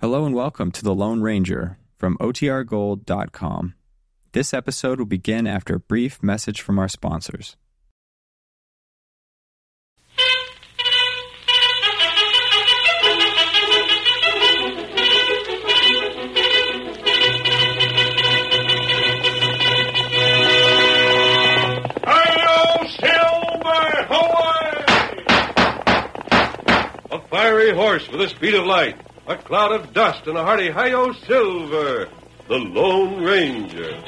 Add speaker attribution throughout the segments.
Speaker 1: Hello and welcome to The Lone Ranger from OTRGold.com. This episode will begin after a brief message from our sponsors.
Speaker 2: Hi-yo, Silver! Hoy! A fiery horse with the speed of light, a cloud of dust, and a hearty hi-yo, Silver! The Lone Ranger.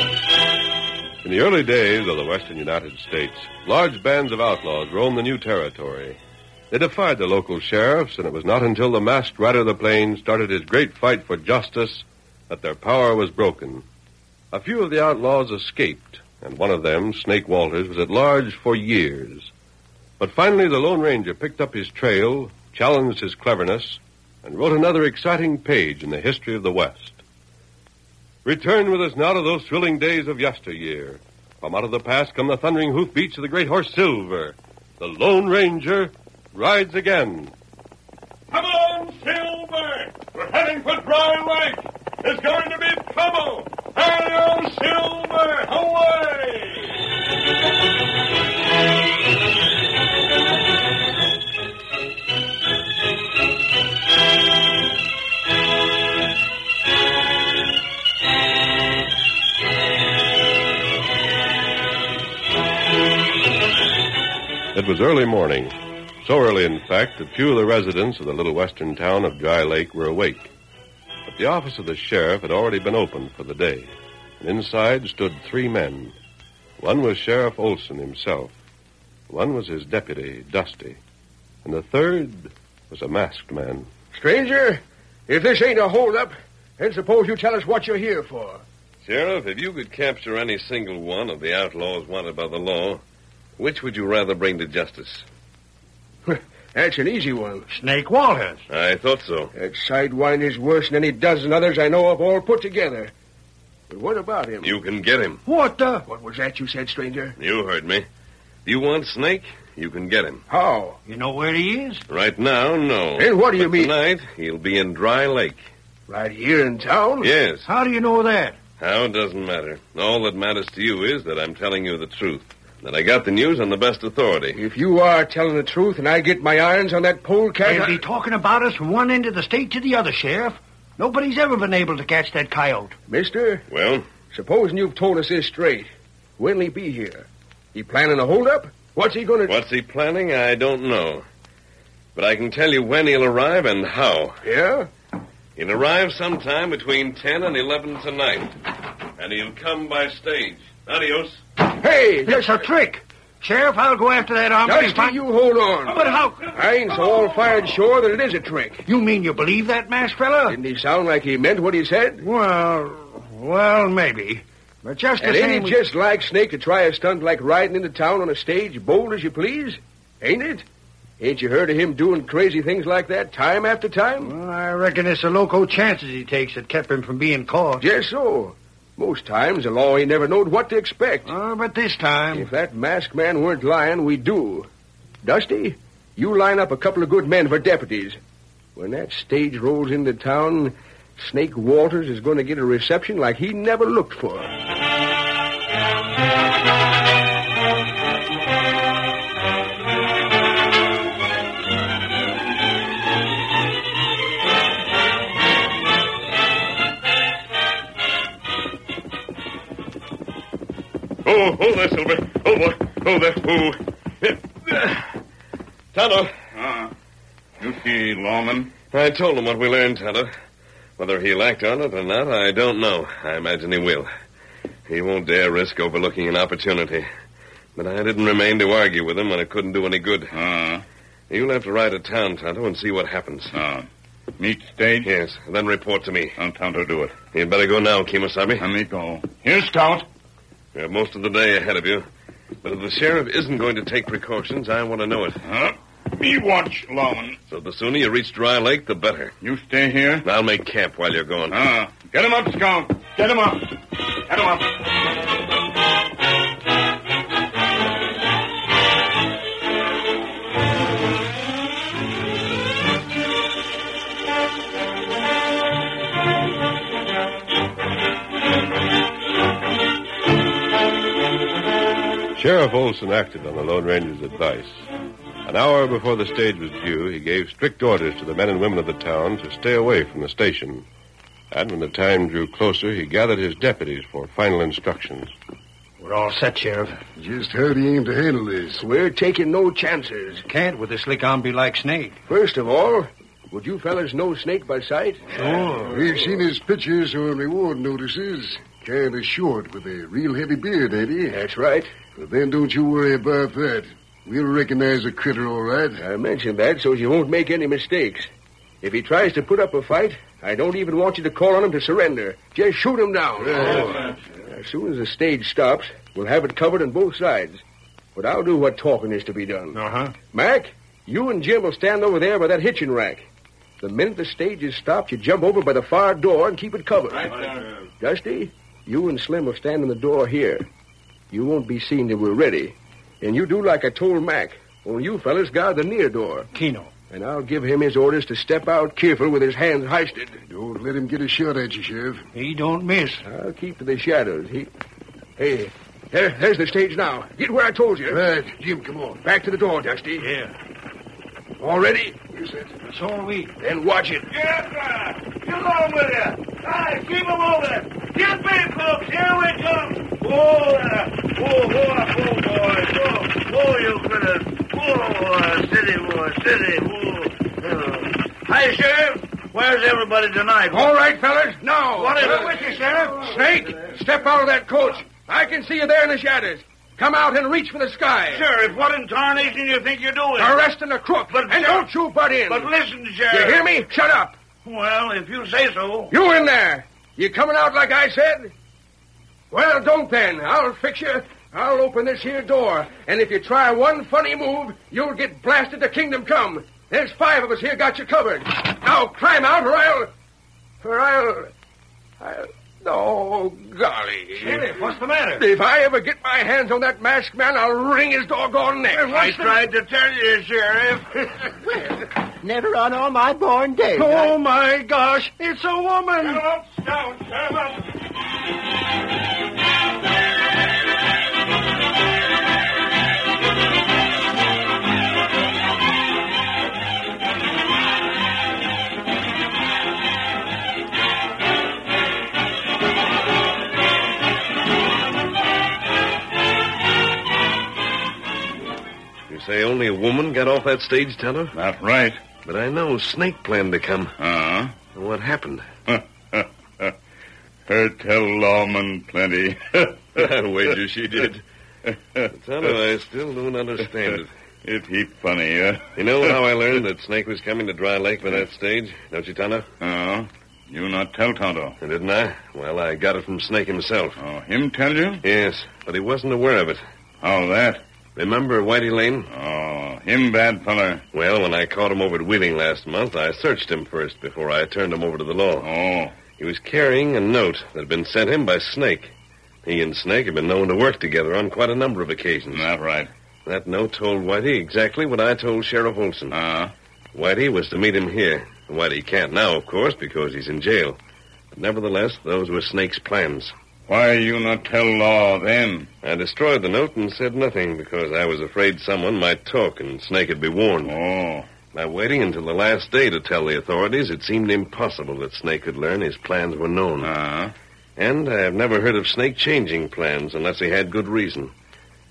Speaker 2: In the early days of the western United States, large bands of outlaws roamed the new territory. They defied the local sheriffs, and it was not until the masked rider of the plains started his great fight for justice that their power was broken. A few of the outlaws escaped, and one of them, Snake Walters, was at large for years. But finally, the Lone Ranger picked up his trail, challenged his cleverness, and wrote another exciting page in the history of the West. Return with us now to those thrilling days of yesteryear. From out of the past come the thundering hoofbeats of the great horse Silver. The Lone Ranger rides again. Come on, Silver! We're heading for Dry Lake! There's going to be trouble! Hello, Silver! Away! It was early morning. So early, in fact, that few of the residents of the little western town of Dry Lake were awake. But the office of the sheriff had already been opened for the day, and inside stood three men. One was Sheriff Olson himself, one was his deputy, Dusty, and the third was a masked man.
Speaker 3: Stranger, if this ain't a holdup, then suppose you tell us what you're here for.
Speaker 4: Sheriff, if you could capture any single one of the outlaws wanted by the law, which would you rather bring to justice?
Speaker 3: That's an easy one.
Speaker 5: Snake Walters.
Speaker 4: I thought so.
Speaker 3: That sidewine is worse than any dozen others I know of all put together. But what about him?
Speaker 4: You can get him.
Speaker 5: What the?
Speaker 3: What was that you said, stranger?
Speaker 4: You heard me. You want Snake? You can get him.
Speaker 3: How?
Speaker 5: You know where he is?
Speaker 4: Right now, no.
Speaker 3: Then what do you
Speaker 4: But
Speaker 3: mean?
Speaker 4: Tonight, he'll be in Dry Lake.
Speaker 3: Right here in town?
Speaker 4: Yes.
Speaker 5: How do you know that?
Speaker 4: How doesn't matter. All that matters to you is that I'm telling you the truth. That I got the news on the best authority.
Speaker 3: If you are telling the truth and I get my irons on that polecat,
Speaker 5: They'll
Speaker 3: I...
Speaker 5: be talking about us from one end of the state to the other, Sheriff. Nobody's ever been able to catch that coyote.
Speaker 3: mister,
Speaker 4: Well,
Speaker 3: supposing you've told us this straight, when'll he be here? He planning a holdup? What's he gonna...
Speaker 4: what's he planning? I don't know. But I can tell you when he'll arrive and how.
Speaker 3: Yeah?
Speaker 4: He'll arrive sometime between 10 and 11 tonight. And he'll come by stage. Adios.
Speaker 3: Hey,
Speaker 5: It's a trick. Sheriff, I'll go after that armed
Speaker 3: Dusty,
Speaker 5: find-
Speaker 3: you hold on.
Speaker 5: But how?
Speaker 3: I ain't so all fired sure that it is a trick.
Speaker 5: You mean you believe that masked fella?
Speaker 3: Didn't he sound like he meant what he said?
Speaker 5: Well, well, maybe. But just the
Speaker 3: And
Speaker 5: same,
Speaker 3: ain't it just like Snake to try a stunt like riding into town on a stage bold as you please? Ain't it? Ain't you heard of him doing crazy things like that time after time?
Speaker 5: Well, I reckon it's the loco chances he takes that kept him from being caught.
Speaker 3: Just so. Most times the law ain't never knowed what to expect.
Speaker 5: Oh, but this time,
Speaker 3: If that masked man weren't lying, we do. Dusty, you line up a couple of good men for deputies. When that stage rolls into town, Snake Walters is going to get a reception like he never looked for.
Speaker 2: Oh, hold there, Silver. Oh, boy. Oh, there. Oh. Tonto.
Speaker 6: Ah, you see, Lawman.
Speaker 2: I told him what we learned, Tonto. Whether he'll act on it or not, I don't know. I imagine he will. He won't dare risk overlooking an opportunity. But I didn't remain to argue with him when it couldn't do any good.
Speaker 6: Ah,
Speaker 2: You'll have to ride to town, Tonto, and see what happens.
Speaker 6: ah. Meet stage?
Speaker 2: Yes, then report to me.
Speaker 6: I'll tell her to do it.
Speaker 2: You'd better go now, Kemosabe.
Speaker 6: Let me go. Here, Scout.
Speaker 2: You have most of the day ahead of you. But if the sheriff isn't going to take precautions, I want to know it.
Speaker 6: Huh? Me watch, Lawman.
Speaker 2: So the sooner you reach Dry Lake, the better.
Speaker 6: You stay here.
Speaker 2: I'll make camp while you're gone.
Speaker 6: Ah, get him up, Scout. Get him up. Get him up.
Speaker 7: Sheriff Olson acted on the Lone Ranger's advice. An hour before the stage was due, he gave strict orders to the men and women of the town to stay away from the station. And when the time drew closer, he gathered his deputies for final instructions.
Speaker 5: we're all set, Sheriff.
Speaker 8: Just how do you aim to handle this?
Speaker 3: We're taking no chances.
Speaker 5: Can't with a slick ombi like Snake.
Speaker 3: First of all, would you fellas know Snake by sight?
Speaker 5: Sure.
Speaker 8: We've seen his pictures on reward notices. Kind of short with a real heavy beard, ain't he?
Speaker 3: That's right.
Speaker 8: But then don't you worry about that. We'll recognize the critter all right.
Speaker 3: I mentioned that so you won't make any mistakes. If he tries to put up a fight, I don't even want you to call on him to surrender. Just shoot him down. As soon as the stage stops, we'll have it covered on both sides. But I'll do what talking is to be done.
Speaker 5: Uh huh.
Speaker 3: Mac, you and Jim will stand over there by that hitching rack. The minute the stage is stopped, you jump over by the far door and keep it covered. Dusty, you and Slim will stand in the door here. You won't be seen till we're ready. And you do like I told Mac. Only you fellas guard the near door.
Speaker 5: Kino.
Speaker 3: And I'll give him his orders to step out careful with his hands hoisted.
Speaker 8: Don't let him get a shot at you, Sheriff.
Speaker 5: He don't miss.
Speaker 3: I'll keep to the shadows. He... Hey, there, there's the stage now. Get where I told you.
Speaker 8: Right, Jim, come on.
Speaker 3: Back to the door, Dusty.
Speaker 5: Yeah.
Speaker 3: All ready?
Speaker 5: That's all we.
Speaker 3: Then watch it.
Speaker 5: Get along with you. Aye, keep him over. Get back, folks. Here we come. Whoa there. Whoa, whoa, whoa, boy. Whoa, whoa, you critters. Whoa, uh, city boy, city. Whoa. Uh, hi, Sheriff. Where's everybody tonight?
Speaker 3: All right, fellas, now.
Speaker 5: What Oh, is
Speaker 3: Well,
Speaker 5: it?
Speaker 3: with you, Sheriff? Snake, step out of that coach. I can see you there in the shadows. Come out and reach for the sky.
Speaker 5: Sheriff, what in tarnation you think you're doing?
Speaker 3: Arresting a crook.
Speaker 5: But-
Speaker 3: and don't you butt in.
Speaker 5: But listen,
Speaker 3: you
Speaker 5: Sheriff.
Speaker 3: hear me? Shut up.
Speaker 5: Well, if you say so.
Speaker 3: You in there. You coming out like I said? Well, don't then. I'll fix you. I'll open this here door. And if you try one funny move, you'll get blasted to kingdom come. There's five of us here got you covered. Now climb out or I'll... Or I'll... I'll... Oh, golly.
Speaker 5: Sheriff, what's the matter?
Speaker 3: If I ever get my hands on that masked man, I'll wring his doggone neck.
Speaker 5: I tried to tell you, Sheriff.
Speaker 9: Never on all my born days.
Speaker 5: oh, my gosh. It's a woman.
Speaker 2: You say only a woman got off that stage, Tonto?
Speaker 6: That's right.
Speaker 2: But I know Snake planned to come.
Speaker 6: Ah.
Speaker 2: And what happened?
Speaker 6: Her tell Lawman plenty.
Speaker 2: I wager she did. Tonto, I still don't understand it.
Speaker 6: It's heap funny, uh. huh?
Speaker 2: You know how I learned that Snake was coming to Dry Lake by that stage? Don't you, Tonto?
Speaker 6: Oh, you not tell Tonto.
Speaker 2: Didn't I? Well, I got it from Snake himself.
Speaker 6: Oh, him tell you?
Speaker 2: Yes, but he wasn't aware of it.
Speaker 6: How that?
Speaker 2: Remember Whitey Lane?
Speaker 6: Oh, him bad feller.
Speaker 2: Well, when I caught him over at Wheeling last month, I searched him first before I turned him over to the law.
Speaker 6: Oh,
Speaker 2: He was carrying a note that had been sent him by Snake. He and Snake have been known to work together on quite a number of occasions.
Speaker 6: that right.
Speaker 2: That note told Whitey exactly what I told Sheriff Olson.
Speaker 6: Uh,
Speaker 2: Whitey was to meet him here. Whitey can't now, of course, because he's in jail. But nevertheless, those were Snake's plans.
Speaker 6: why you not tell law then?
Speaker 2: I destroyed the note and said nothing because I was afraid someone might talk and Snake would be warned.
Speaker 6: Oh,
Speaker 2: By waiting until the last day to tell the authorities, it seemed impossible that Snake could learn his plans were known.
Speaker 6: uh,
Speaker 2: And I have never heard of Snake changing plans unless he had good reason,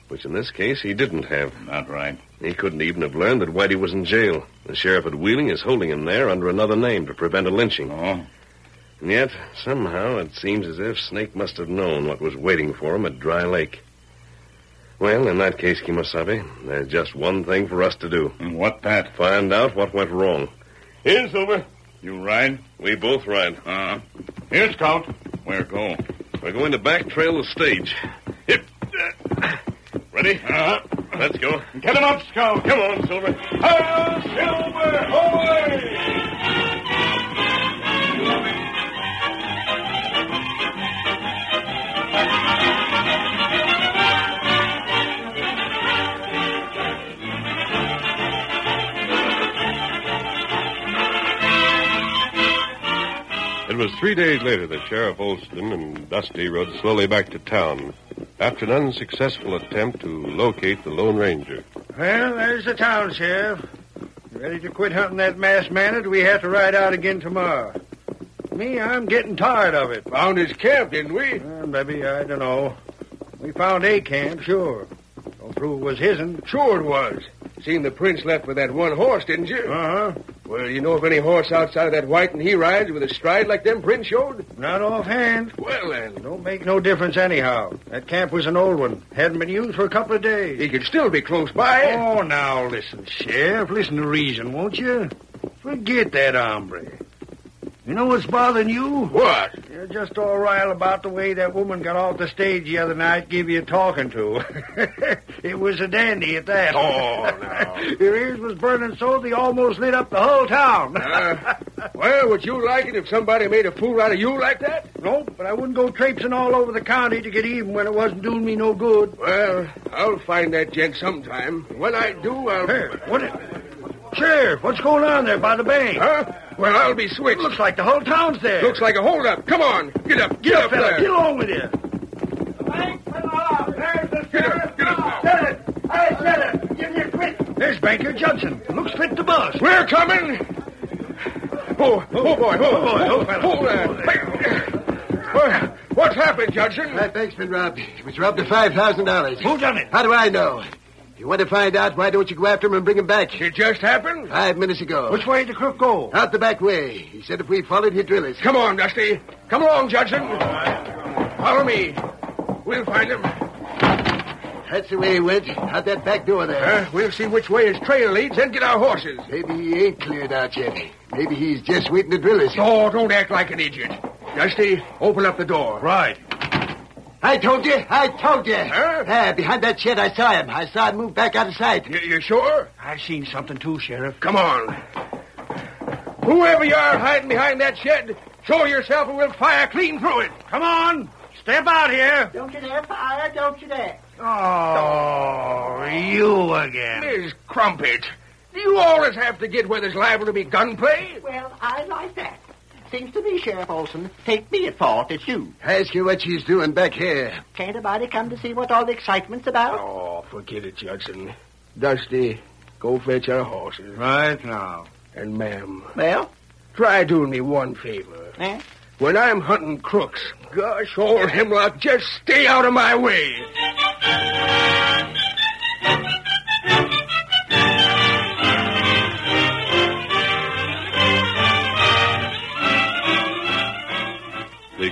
Speaker 2: which in this case he didn't have.
Speaker 6: that right.
Speaker 2: He couldn't even have learned that Whitey was in jail. The sheriff at Wheeling is holding him there under another name to prevent a lynching.
Speaker 6: Oh,
Speaker 2: And yet, somehow, it seems as if Snake must have known what was waiting for him at Dry Lake. Well, in that case, Kimosabe, there's just one thing for us to do.
Speaker 6: and what that?
Speaker 2: Find out what went wrong.
Speaker 10: Here, Silver.
Speaker 6: You ride?
Speaker 2: We both ride.
Speaker 6: Uh,
Speaker 10: Here's Scout.
Speaker 6: where go?
Speaker 2: We're going to back trail the stage. Hip. Ready? Uh-huh. Let's go.
Speaker 10: Get him up, Scout.
Speaker 2: Come on, Silver.
Speaker 10: Hail, Silver. Hoy!
Speaker 11: It was three days later that Sheriff Olston and Dusty rode slowly back to town after an unsuccessful attempt to locate the Lone Ranger.
Speaker 5: Well, there's the town, Sheriff. Ready to quit hunting that masked man, or do we have to ride out again tomorrow? Me, I'm getting tired of it.
Speaker 3: Found his camp, didn't we?
Speaker 5: Well, maybe, I don't know. We found a camp, sure. Don't prove it was his'n.
Speaker 3: Sure it was. Seen the prints left with that one horse, didn't you?
Speaker 5: Uh-huh.
Speaker 3: Well, you know of any horse outside of that white and he rides with a stride like them prints showed?
Speaker 5: Not offhand.
Speaker 3: Well, then,
Speaker 5: Don't make no difference anyhow. That camp was an old one. Hadn't been used for a couple of days.
Speaker 3: he could still be close by.
Speaker 5: Oh, now listen, Sheriff. Listen to reason, won't you? Forget that hombre. You know what's bothering you?
Speaker 3: What?
Speaker 5: You're just all riled about the way that woman got off the stage the other night, gave you a talking to. it was a dandy at that.
Speaker 3: Oh, now.
Speaker 5: Your ears was burning so they almost lit up the whole town.
Speaker 3: Uh, well, would you like it if somebody made a fool out of you like that?
Speaker 5: nope, but I wouldn't go traipsing all over the county to get even when it wasn't doing me no good.
Speaker 3: Well, I'll find that gent sometime. When I do, I'll.
Speaker 5: Hey, what? i- Sheriff, what's going on there by the bank?
Speaker 3: Huh? Well, I'll be
Speaker 5: It
Speaker 3: switched.
Speaker 5: looks like the whole town's there.
Speaker 3: Looks like a holdup. Come on, get up, get, up,
Speaker 5: fella,
Speaker 3: there.
Speaker 5: get along with you.
Speaker 3: Get up, get up. now.
Speaker 5: Sheriff, hey, Sheriff, give me a quick. There's Banker Judson. Looks fit to bust.
Speaker 3: We're coming. Oh, oh boy, oh,
Speaker 5: Oh, boy, oh,
Speaker 3: oh,
Speaker 5: fella.
Speaker 3: hold on. Well, What's happened, Judson?
Speaker 5: That bank's been robbed. It was robbed of $5,000. Who done it? How do I know? If you want to find out, why don't you go after him and bring him back?
Speaker 3: It just happened.
Speaker 5: Five minutes ago. Which way did the crook go? Out the back way. He said if we followed, he'd drill us.
Speaker 3: Come on, Dusty. Come along, Judson. Follow me. We'll find him.
Speaker 5: That's the way he went. Out that back door there.
Speaker 3: Uh, we'll see which way his trail leads, then get our horses.
Speaker 5: Maybe he ain't cleared out yet. Maybe he's just waiting to drill us.
Speaker 3: Oh, don't act like an idiot. Dusty, open up the door.
Speaker 5: Right. I told you. I told you.
Speaker 3: Huh?
Speaker 5: Ah, behind that shed, I saw him. I saw him move back out of sight.
Speaker 3: You, you sure?
Speaker 5: I've seen something too, Sheriff.
Speaker 3: Come on. Whoever you are hiding behind that shed, show yourself or we'll fire clean through it.
Speaker 5: Come on. Step out here.
Speaker 12: Don't you dare fire, don't you dare.
Speaker 5: Oh, you again.
Speaker 3: Miss Crumpet, do you always have to get where there's liable to be gunplay?
Speaker 12: Well, I like that. Seems to me, Sheriff Olson, take me at fault. It's you.
Speaker 5: Ask her what she's doing back here.
Speaker 12: Can't a body come to see what all the excitement's about?
Speaker 3: Oh, forget it, Judson. Dusty, go fetch our horses.
Speaker 5: Right now.
Speaker 3: And, ma'am,
Speaker 12: Well,
Speaker 3: try doing me one favor.
Speaker 12: eh?
Speaker 3: When I'm hunting crooks, gosh, old hemlock, just stay out of my way.
Speaker 11: The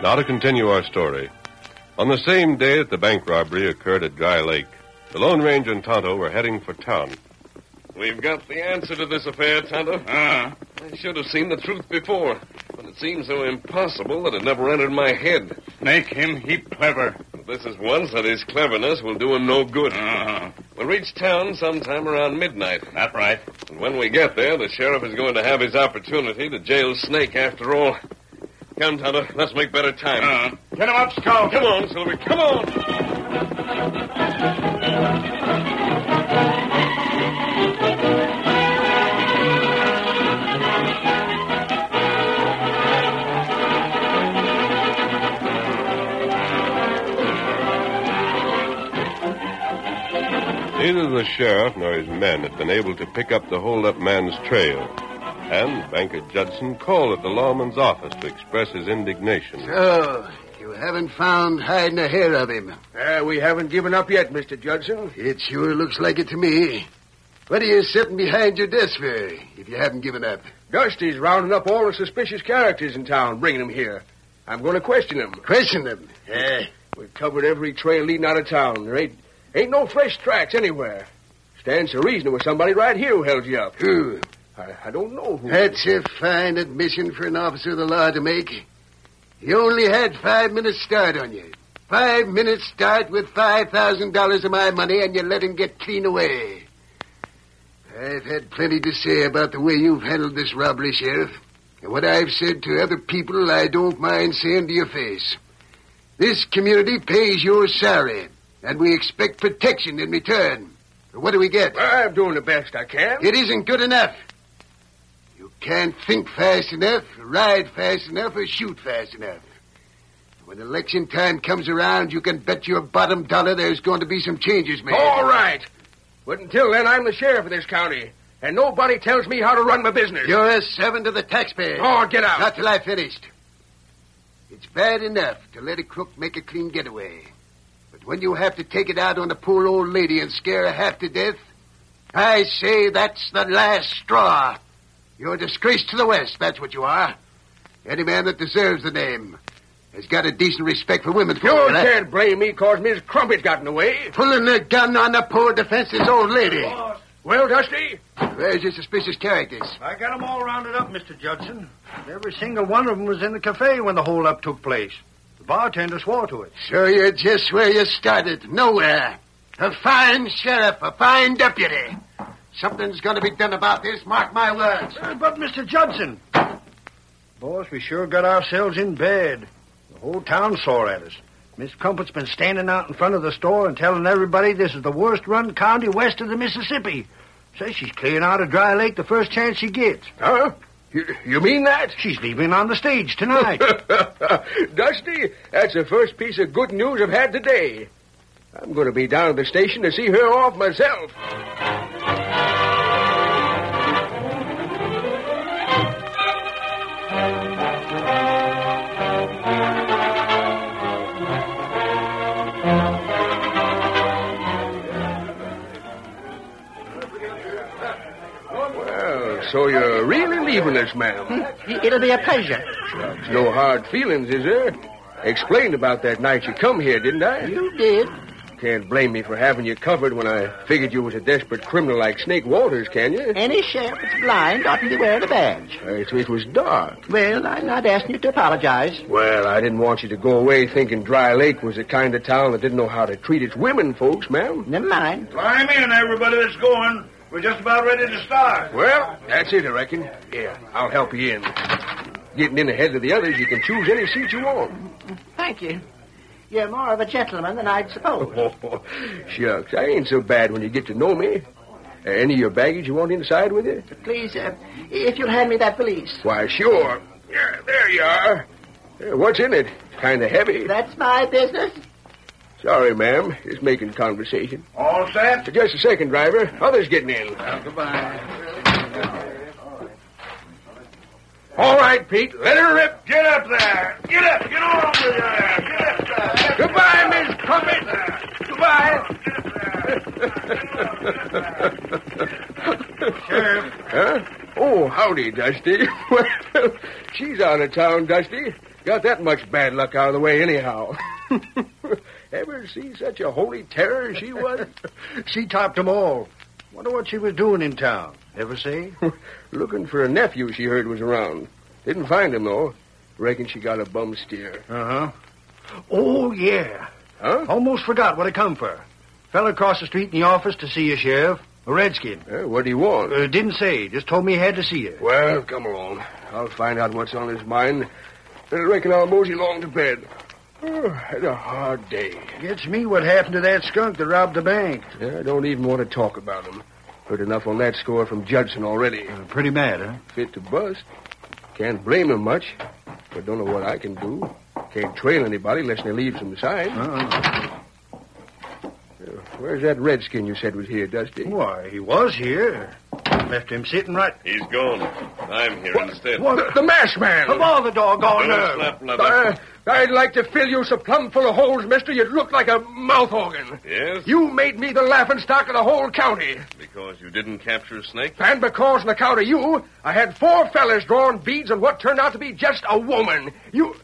Speaker 2: Now to continue our story. On the same day that the bank robbery occurred at Dry Lake, the Lone Ranger and Tonto were heading for town.
Speaker 13: We've got the answer to this affair, Tonto.
Speaker 6: Ah.
Speaker 13: I should have seen the truth before, but it seemed so impossible that it never entered my head.
Speaker 6: Make him heap clever.
Speaker 13: This is once that his cleverness will do him no good.
Speaker 6: Ah.
Speaker 13: We'll reach town sometime around midnight.
Speaker 6: That right.
Speaker 13: And when we get there, the sheriff is going to have his opportunity to jail Snake after all. Come, Tonto, let's make better time.
Speaker 3: Uh,
Speaker 6: Ah. Get him up, Skull.
Speaker 13: Come on, Silver, come on!
Speaker 2: Neither the sheriff nor his men had been able to pick up the holdup man's trail. And Banker Judson called at the lawman's office to express his indignation.
Speaker 8: So, Oh, you haven't found hide nor hair of him.
Speaker 3: Uh, we haven't given up yet, Mr. Judson.
Speaker 8: It sure looks like it to me. What are you sitting behind your desk for if you haven't given up?
Speaker 3: Dusty's rounding up all the suspicious characters in town, bringing them here. I'm going to question them.
Speaker 8: Question them.
Speaker 3: Yeah, we've covered every trail leading out of town. There ain't, ain't no fresh tracks anywhere. Stands to reason it was somebody right here who held you up.
Speaker 8: Who?
Speaker 3: I, I don't know who.
Speaker 8: That's a fine admission for an officer of the law to make. He only had five minutes start on you. Five minutes start with $5,000 of my money, and you let him get clean away. I've had plenty to say about the way you've handled this robbery, Sheriff. And what I've said to other people, I don't mind saying to your face. This community pays your salary, and we expect protection in return. But what do we get?
Speaker 3: I'm doing the best I can.
Speaker 8: It isn't good enough. You can't think fast enough, ride fast enough, or shoot fast enough. When election time comes around, you can bet your bottom dollar there's going to be some changes made.
Speaker 3: All right. But until then, I'm the sheriff of this county, and nobody tells me how to run my business.
Speaker 8: You're a servant of the taxpayer.
Speaker 3: Oh, get out.
Speaker 8: Not till I finished. It's bad enough to let a crook make a clean getaway. But when you have to take it out on a poor old lady and scare her half to death, I say that's the last straw. You're a disgrace to the West, that's what you are. Any man that deserves the name has got a decent respect for women.
Speaker 3: you can't blame me because Miss Crumpet's gotten away.
Speaker 8: Pulling the gun on the poor defenseless old lady.
Speaker 3: Well, Dusty,
Speaker 8: Where's your suspicious characters?
Speaker 5: I got 'em all rounded up, Mr. Judson. Every single one of 'em was in the cafe when the holdup took place. The bartender swore to it.
Speaker 8: So you're just where you started, nowhere. A fine sheriff, a fine deputy. Something's going to be done about this, mark my words.
Speaker 5: Uh, but, Mr. Judson. Boss, we sure got ourselves in bed. The whole town sore at us. Miss Crumpet's been standing out in front of the store and telling everybody this is the worst run county west of the Mississippi. Says she's clearing out of Dry Lake the first chance she gets.
Speaker 3: Huh? You, you mean that?
Speaker 5: She's leaving on the stage tonight.
Speaker 3: Dusty, that's the first piece of good news I've had today. I'm going to be down at the station to see her off myself. Well, Uh, So you're really leaving us, ma'am?
Speaker 14: It'll be a pleasure.
Speaker 3: No hard feelings, is there? I explained about that night you come here, didn't I?
Speaker 12: You did.
Speaker 3: Can't blame me for having you covered when I figured you was a desperate criminal like Snake Walters, can you?
Speaker 12: Any sheriff that's blind oughtn't to be wearing a badge.
Speaker 3: Uh, It, it was dark.
Speaker 12: Well, I'm not asking you to apologize.
Speaker 3: Well, I didn't want you to go away thinking Dry Lake was the kind of town that didn't know how to treat its women folks, ma'am.
Speaker 12: Never mind.
Speaker 10: Climb in, everybody that's going. We're just about ready to start.
Speaker 3: Well, that's it, I reckon. Yeah, I'll help you in. Getting in ahead of the others, you can choose any seat you want.
Speaker 12: Thank you. You're more of a gentleman than I'd supposed.
Speaker 3: Oh, shucks, I ain't so bad when you get to know me. Uh, any of your baggage you want inside with you?
Speaker 12: Please, uh, if you'll hand me that valise.
Speaker 3: Why, sure. Yeah, there you are. Yeah, what's in it? Kind of heavy.
Speaker 12: That's my business.
Speaker 3: Sorry, ma'am. Just making conversation.
Speaker 10: All set?
Speaker 3: Just a second, driver. Others getting in. All right, Pete. Let her rip.
Speaker 10: Get up there. Get up. Get on with you. Get up there.
Speaker 3: Goodbye, Miss Crumpet. Goodbye.
Speaker 10: Sheriff.
Speaker 3: Huh? Oh, howdy, Dusty. Well, she's out of town, Dusty. Got that much bad luck out of the way, anyhow. Ever see such a holy terror as she was?
Speaker 5: She topped them all. Wonder what she was doing in town. Ever see?
Speaker 3: Looking for a nephew she heard was around. Didn't find him, though. Reckon she got a bum steer.
Speaker 5: Uh huh. Oh, yeah.
Speaker 3: Huh?
Speaker 5: Almost forgot what it come for. Fella across the street in the office to see you, Sheriff. A redskin.
Speaker 3: Eh, what do you want?
Speaker 5: Uh, didn't say. Just told me he had to see you.
Speaker 3: Well, come along. I'll find out what's on his mind. I reckon I'll mosey along to bed. Oh, had a hard day.
Speaker 5: Gets me what happened to that skunk that robbed the bank.
Speaker 3: I don't even want to talk about him. Heard enough on that score from Judson already.
Speaker 5: Uh, pretty mad, huh?
Speaker 3: Fit to bust. Can't blame him much, but don't know what I can do. Can't trail anybody unless they leave some sign.
Speaker 5: Uh-uh.
Speaker 3: Uh, Where's that redskin you said was here, Dusty?
Speaker 5: Why, he was here. Left him sitting right.
Speaker 2: He's gone. I'm here instead.
Speaker 3: What? The, the mash man!
Speaker 5: Of all the
Speaker 2: Don't
Speaker 5: doggone nerve.
Speaker 2: slap leather.
Speaker 3: Uh, I'd like to fill you so plumb full of holes, mister, you'd look like a mouth organ.
Speaker 2: yes,
Speaker 3: You made me the laughing stock of the whole county.
Speaker 2: because you didn't capture Snake.
Speaker 3: And because on account of you, I had four fellas drawing beads on what turned out to be just a woman. You.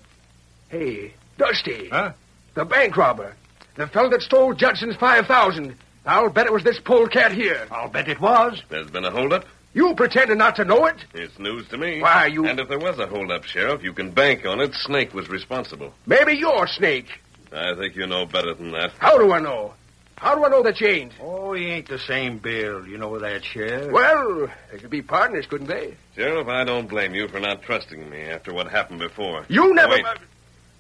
Speaker 3: Hey, Dusty.
Speaker 5: Huh?
Speaker 3: The bank robber. The fellow that stole Judson's 5,000. I'll bet it was this polecat here.
Speaker 5: I'll bet it was.
Speaker 2: There's been a holdup.
Speaker 3: You pretended not to know it?
Speaker 2: It's news to me.
Speaker 3: Why, you-
Speaker 2: And if there was a holdup, Sheriff, you can bank on it. Snake was responsible.
Speaker 3: Maybe you're a snake.
Speaker 2: I think you know better than that.
Speaker 3: How do I know? How do I know that you ain't?
Speaker 5: Oh, he ain't the same Bill. You know that, Sheriff.
Speaker 3: Well, they could be partners, couldn't they?
Speaker 2: Sheriff, I don't blame you for not trusting me after what happened before.
Speaker 3: You never.
Speaker 2: Wait.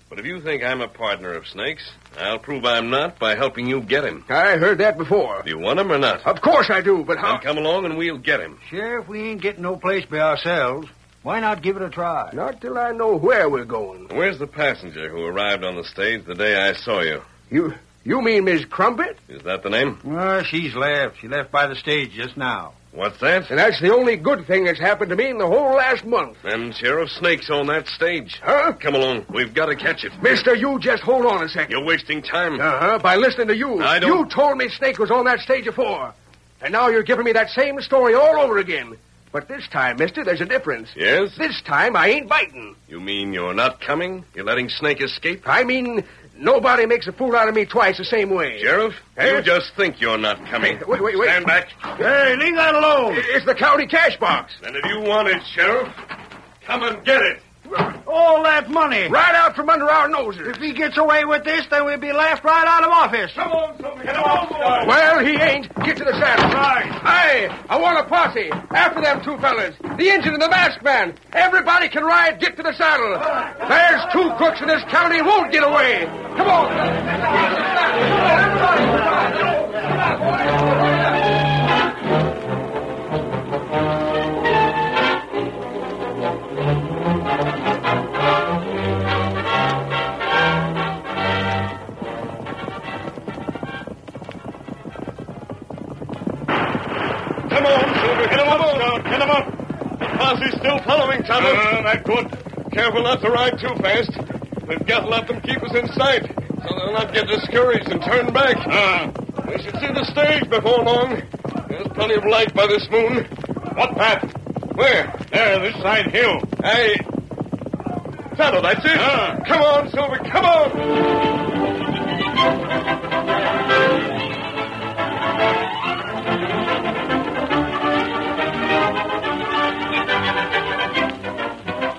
Speaker 2: But if you think I'm a partner of Snake's, I'll prove I'm not by helping you get him.
Speaker 3: I heard that before.
Speaker 2: Do you want him or not?
Speaker 3: Of course I do, but how?
Speaker 2: Then come along and we'll get him.
Speaker 5: Sheriff, we ain't getting no place by ourselves. Why not give it a try?
Speaker 3: Not till I know where we're going.
Speaker 2: Where's the passenger who arrived on the stage the day I saw you?
Speaker 3: You. You mean Miss Crumpet?
Speaker 2: Is that the name?
Speaker 5: Well, she's left. She left by the stage just now.
Speaker 2: What's that?
Speaker 3: And that's the only good thing that's happened to me in the whole last month.
Speaker 2: Then Sheriff Snake's on that stage.
Speaker 3: Huh?
Speaker 2: Come along. We've got to catch it.
Speaker 3: Mister, you just hold on a second.
Speaker 2: You're wasting time.
Speaker 3: Uh huh. By listening to you.
Speaker 2: I don't-
Speaker 3: You told me Snake was on that stage before. And now you're giving me that same story all over again. But this time, mister, there's a difference.
Speaker 2: Yes?
Speaker 3: This time I ain't biting.
Speaker 2: You mean you're not coming? You're letting Snake escape?
Speaker 3: I mean, nobody makes a fool out of me twice the same way.
Speaker 2: Sheriff,
Speaker 3: Yes?
Speaker 2: you just think you're not coming.
Speaker 3: Wait, wait, wait.
Speaker 2: Stand back.
Speaker 5: Hey, leave that alone.
Speaker 3: It's the county cash box.
Speaker 2: Then if you want it, Sheriff, come and get it.
Speaker 5: All that money.
Speaker 3: Right out from under our noses.
Speaker 5: If he gets away with this, then we'll be laughed right out of office.
Speaker 10: Come on, somebody. Come on, boy.
Speaker 3: Well, he ain't. Get to the saddle.
Speaker 10: Right.
Speaker 3: Aye, I want a posse. After them two fellas. The engine and the masked man. Everybody can ride. Get to the saddle. There's two crooks in this county won't get away. Come on.
Speaker 2: Come on, Silver. Get him up, Scout. Get him up. The posse's still following, Tonto.
Speaker 6: Uh-huh.
Speaker 2: Uh, that good. Careful not to ride too fast. We've got to let them keep us in sight so they'll not get discouraged and turn back. we should see the stage before long. There's plenty of light by this moon. What path? Where? There, this side hill. I... Tonto, that's it. Come on, Silver, come on.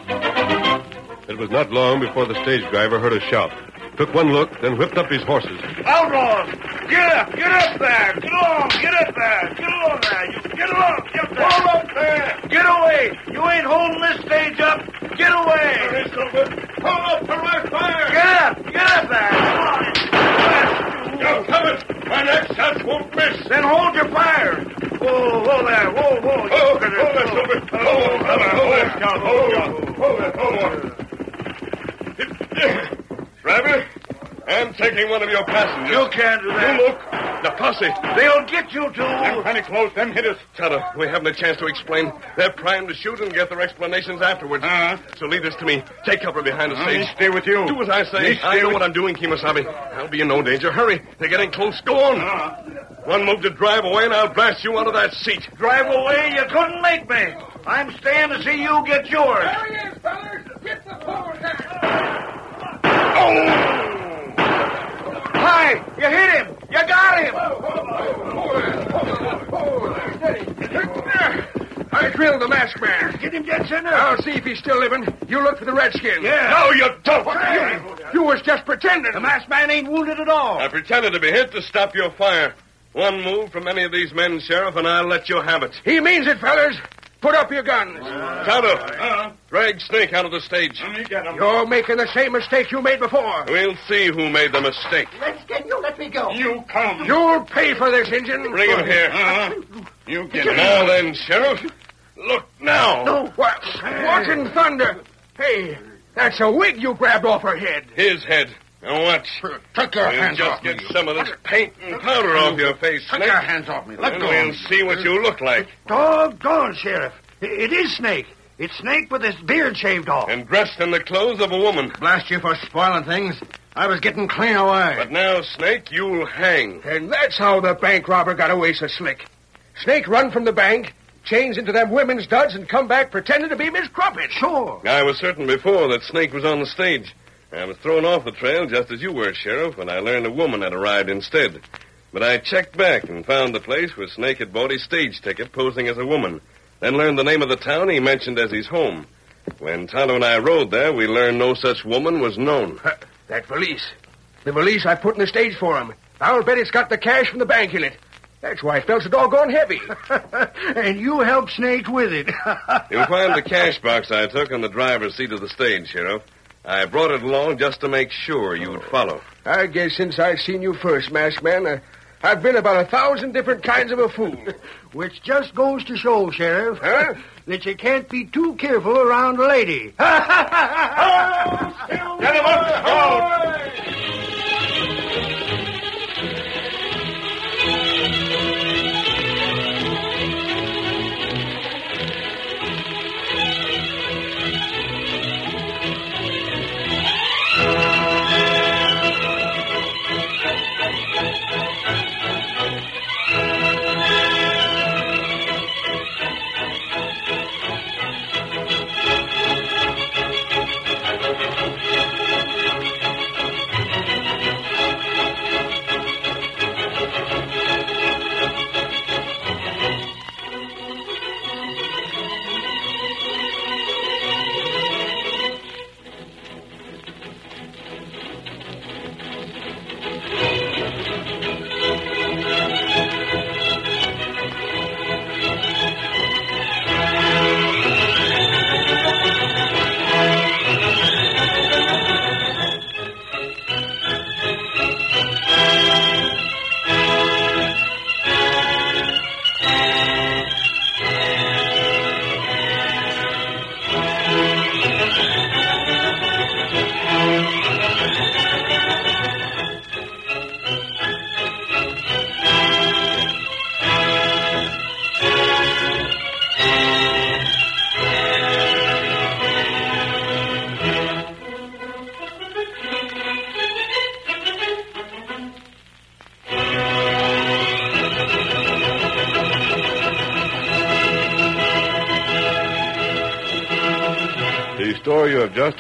Speaker 11: It was not long before the stage driver heard a shout, took one look, then whipped up his horses.
Speaker 15: Outlaws! Get up! Get up there! Get along! Get up there! Get along there! You get along! Get up there! Hold up there! Get away! You ain't holding this stage up! Get away! Hold up for my fire! Get up! Get up there! You're coming! My next shot won't miss! Then hold your fire! Whoa, whoa there! Whoa, whoa! Oh, hold there, Silver! Hold there, hold there! Hold on! Hold there, hold
Speaker 2: on! Driver, I'm taking one of your passengers.
Speaker 15: You can't do that.
Speaker 2: You look. The posse.
Speaker 15: They'll get you too.
Speaker 2: Them plenty close. Them hit us. Tonto, we haven't a chance to explain. They're primed to shoot and get their explanations afterwards.
Speaker 6: Uh-huh.
Speaker 2: So leave this to me. Take cover behind the
Speaker 6: Uh,
Speaker 2: stage.
Speaker 6: me stay with you.
Speaker 2: Do as I say.
Speaker 6: Me
Speaker 2: I
Speaker 6: stay
Speaker 2: know
Speaker 6: with-
Speaker 2: what I'm doing, Kimasabi. I'll be in no danger. Hurry. They're getting close. Go on.
Speaker 6: Uh-huh.
Speaker 2: One move to drive away, and I'll blast you out of that seat.
Speaker 15: Drive away, you couldn't make me. I'm staying to see you get yours.
Speaker 5: Oh!
Speaker 15: Hi, you hit him. You got him.
Speaker 3: I drilled the masked man.
Speaker 15: Get him, Jensen.
Speaker 3: I'll see if he's still living. You look for the redskin.
Speaker 15: Yeah.
Speaker 2: No, you don't.
Speaker 15: Oh.
Speaker 3: You, you was just pretending.
Speaker 15: The masked man ain't wounded at all.
Speaker 2: I pretended to be hit to stop your fire. One move from any of these men, Sheriff, and I'll let you have it.
Speaker 3: He means it, fellas. Put up your guns.
Speaker 2: Tonto,
Speaker 6: Uh-huh.
Speaker 2: drag Snake out of the stage.
Speaker 3: You're making the same mistake you made before.
Speaker 2: We'll see who made the mistake.
Speaker 12: Redskin, you let me go.
Speaker 6: You come. Uh-huh.
Speaker 3: You'll pay for this, Injun.
Speaker 2: Bring him here.
Speaker 6: You get it.
Speaker 2: Now then, Sheriff. Look now.
Speaker 3: No. What? What in thunder? Hey, that's a wig you grabbed off her head.
Speaker 2: His head. Now watch.
Speaker 3: Tuck your
Speaker 2: We'll just get some of this paint and powder off your face, Snake.
Speaker 5: hands off me.
Speaker 2: Then we'll see what you look like.
Speaker 5: Doggone, Sheriff. I- It is Snake. It's Snake with his beard shaved off.
Speaker 2: And dressed in the clothes of a woman.
Speaker 5: Blast you for spoiling things. I was getting clean away.
Speaker 2: But now, Snake, you'll hang.
Speaker 3: And that's how the bank robber got away so slick. Snake run from the bank, changed into them women's duds, and come back pretending to be Miss Crumpet.
Speaker 5: Sure.
Speaker 2: I was certain before that Snake was on the stage. I was thrown off the trail just as you were, Sheriff, when I learned a woman had arrived instead. But I checked back and found the place where Snake had bought his stage ticket posing as a woman, then learned the name of the town he mentioned as his home. When Tonto and I rode there, we learned no such woman was known.
Speaker 3: That valise. The valise I put in the stage for him. I'll bet it's got the cash from the bank in it. That's why it felt so doggone heavy.
Speaker 5: and you helped Snake with it.
Speaker 2: You'll find the cash box I took on the driver's seat of the stage, Sheriff. I brought it along just to make sure you'd follow.
Speaker 3: I guess since I've seen you first, Masked Man, uh, I've been about a thousand different kinds of a fool.
Speaker 5: Which just goes to show, Sheriff,
Speaker 3: Huh?
Speaker 5: that you can't be too careful around a lady.
Speaker 15: Get him up.
Speaker 2: The story you have just